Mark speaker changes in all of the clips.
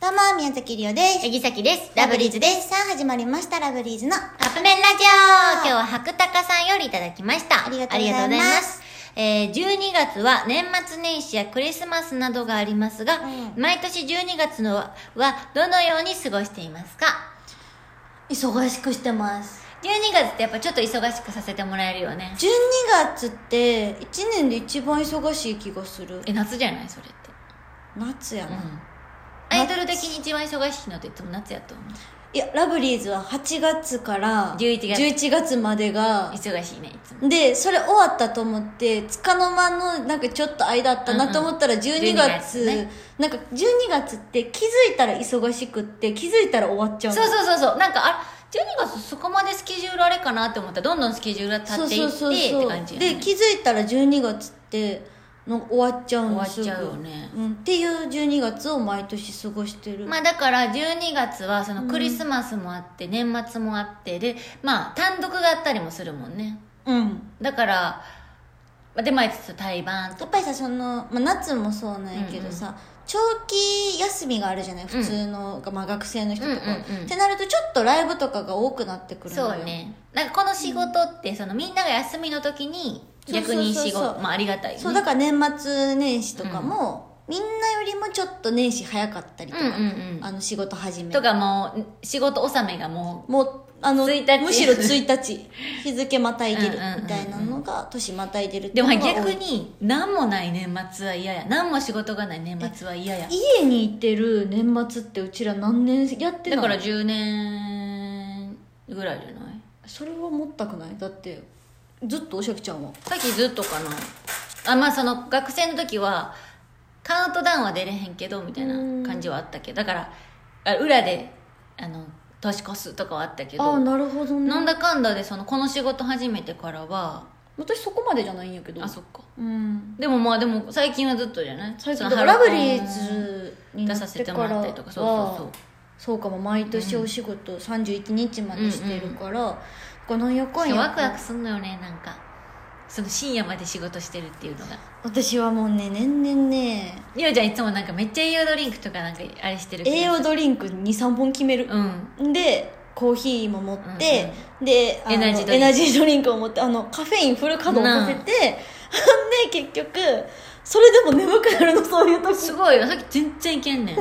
Speaker 1: どうも、宮崎りおです。
Speaker 2: えぎさきです。
Speaker 1: ラブリーズです。さあ、始まりました、ラブリーズの。
Speaker 2: カップ麺ラジオ今日は白鷹さんよりいただきました。
Speaker 1: ありがとうございます
Speaker 2: ありがとえー、12月は年末年始やクリスマスなどがありますが、
Speaker 1: う
Speaker 2: 毎年12月のははどのように過ごしていますか
Speaker 1: 忙しくしてます。
Speaker 2: 12月ってやっぱちょっと忙しくさせてもらえるよね
Speaker 1: 12月って、1年で一番忙しい気がする。
Speaker 2: え夏じゃないそれって
Speaker 1: 夏や
Speaker 2: う
Speaker 1: な。
Speaker 2: んアイドル的に一番忙しいのっていつも夏やと思う
Speaker 1: いや、ラブリーズは8月から
Speaker 2: 11月
Speaker 1: 11月までが、
Speaker 2: 忙しいねいつも
Speaker 1: で、それ終わったと思って、つかの間の、なんかちょっと間あったなと思ったら12
Speaker 2: 12
Speaker 1: 月、
Speaker 2: 月ね
Speaker 1: なんか12月って気づいたら忙しくって、気づいたら終わっちゃうの。
Speaker 2: そうそうそうそうなんかあ12月そこまでスケジュールあれかなって思ったらどんどんスケジュールが立っていってって感じよ
Speaker 1: で
Speaker 2: ね
Speaker 1: 気づいたら12月っての終わっちゃうん
Speaker 2: 終わ
Speaker 1: で
Speaker 2: っ
Speaker 1: すぐ
Speaker 2: ちゃうよね
Speaker 1: うん、っていう12月を毎年過ごしてる、
Speaker 2: まあだから12月はそのクリスマスもあって年末もあってでまあ単独があったりもするもんね
Speaker 1: うん
Speaker 2: だからまあで毎日対バンと
Speaker 1: やっぱりさその、まあ、夏もそうなんやけどさ、長期休みがあるじゃない普通の、まあ、学生の人とか、
Speaker 2: うんうんうん
Speaker 1: ってなるとちょっとライブとかが多くなってくるのよ
Speaker 2: そうねなんかこの仕事ってそのみんなが休みの時に
Speaker 1: そうそうそう
Speaker 2: 逆
Speaker 1: そう
Speaker 2: に仕事まあありがたいよね
Speaker 1: そうだから年末年始とかも、みんなよりもちょっと年始早かったりとか、
Speaker 2: うんうんうん
Speaker 1: あの仕事始め
Speaker 2: とかもう仕事納めがも
Speaker 1: もうあの
Speaker 2: 1日
Speaker 1: むしろ1日 日付またいでる
Speaker 2: うんうんうんうん
Speaker 1: みたいなのが年またいでるっ
Speaker 2: う
Speaker 1: てい
Speaker 2: で
Speaker 1: う
Speaker 2: も
Speaker 1: のが多い
Speaker 2: 逆に何もない年末は嫌や何も仕事がない年末は嫌や
Speaker 1: 家に行ってる年末ってうちら何年やってない
Speaker 2: だから10年ぐらいじゃない
Speaker 1: それはもったくないだってずっとおしゃきちゃんは
Speaker 2: さっきずっとかなあまあその学生の時はカウントダウンは出れへんけどみたいな感じはあったけどだからあ裏であの年越すとかはあったけ
Speaker 1: ああ
Speaker 2: ど
Speaker 1: なるほどね
Speaker 2: なんだかんだでそのこの仕事始めてからは
Speaker 1: 私そこまでじゃないんやけど
Speaker 2: あそっか
Speaker 1: うん
Speaker 2: でもまあでも最近はずっとじゃない
Speaker 1: 最近だ
Speaker 2: その
Speaker 1: からラブリーズにな
Speaker 2: 出
Speaker 1: っ
Speaker 2: させ
Speaker 1: て
Speaker 2: て
Speaker 1: か
Speaker 2: も
Speaker 1: ら
Speaker 2: らったりとかそうそうそう
Speaker 1: はそうかも毎年お仕事31日までしてるから、この横
Speaker 2: そう
Speaker 1: に
Speaker 2: ワクワクすんのよねなんかその深夜まで仕事してるっていうのが
Speaker 1: 私はもうね年々ね
Speaker 2: 美桜ちゃんいつもなんかめっちゃ栄養ドリンクとかなんかあれしてるけど
Speaker 1: 栄養ドリンク23本決める、
Speaker 2: うん
Speaker 1: でコーヒーも持って、であの
Speaker 2: エナジードリンク
Speaker 1: エナジードリンクを持ってあのカフェインフル稼働させて、 ほんで結局それでも眠くなるのそういう時
Speaker 2: すごいよさっき全然いけんねん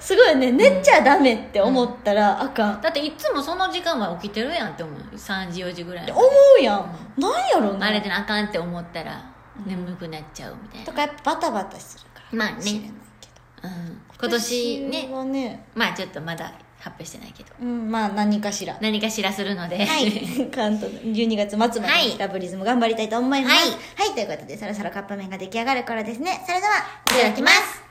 Speaker 1: すごいね寝ちゃダメって思ったらあかん、
Speaker 2: だっていつもその時間は起きてるやんって思う3時4時ぐらい
Speaker 1: 思うやん、なんやろ
Speaker 2: あ
Speaker 1: ね
Speaker 2: れでなあかんって思ったら眠くなっちゃうみたい
Speaker 1: と
Speaker 2: な、
Speaker 1: かやっぱバタバタするから
Speaker 2: まあ
Speaker 1: 知れない
Speaker 2: ね、
Speaker 1: けど
Speaker 2: うん、今年
Speaker 1: 私
Speaker 2: ね
Speaker 1: はね
Speaker 2: まあちょっとまだ発表してないけど
Speaker 1: うんまあ何かしら
Speaker 2: 何かしらするので、、
Speaker 1: はい 関東の12月末まで
Speaker 2: はい
Speaker 1: ラブリズム頑張りたいと思います。
Speaker 2: は
Speaker 1: はい、ということで、そろそろカップ麺が出来上がる頃ですね。それでは、
Speaker 2: いただきます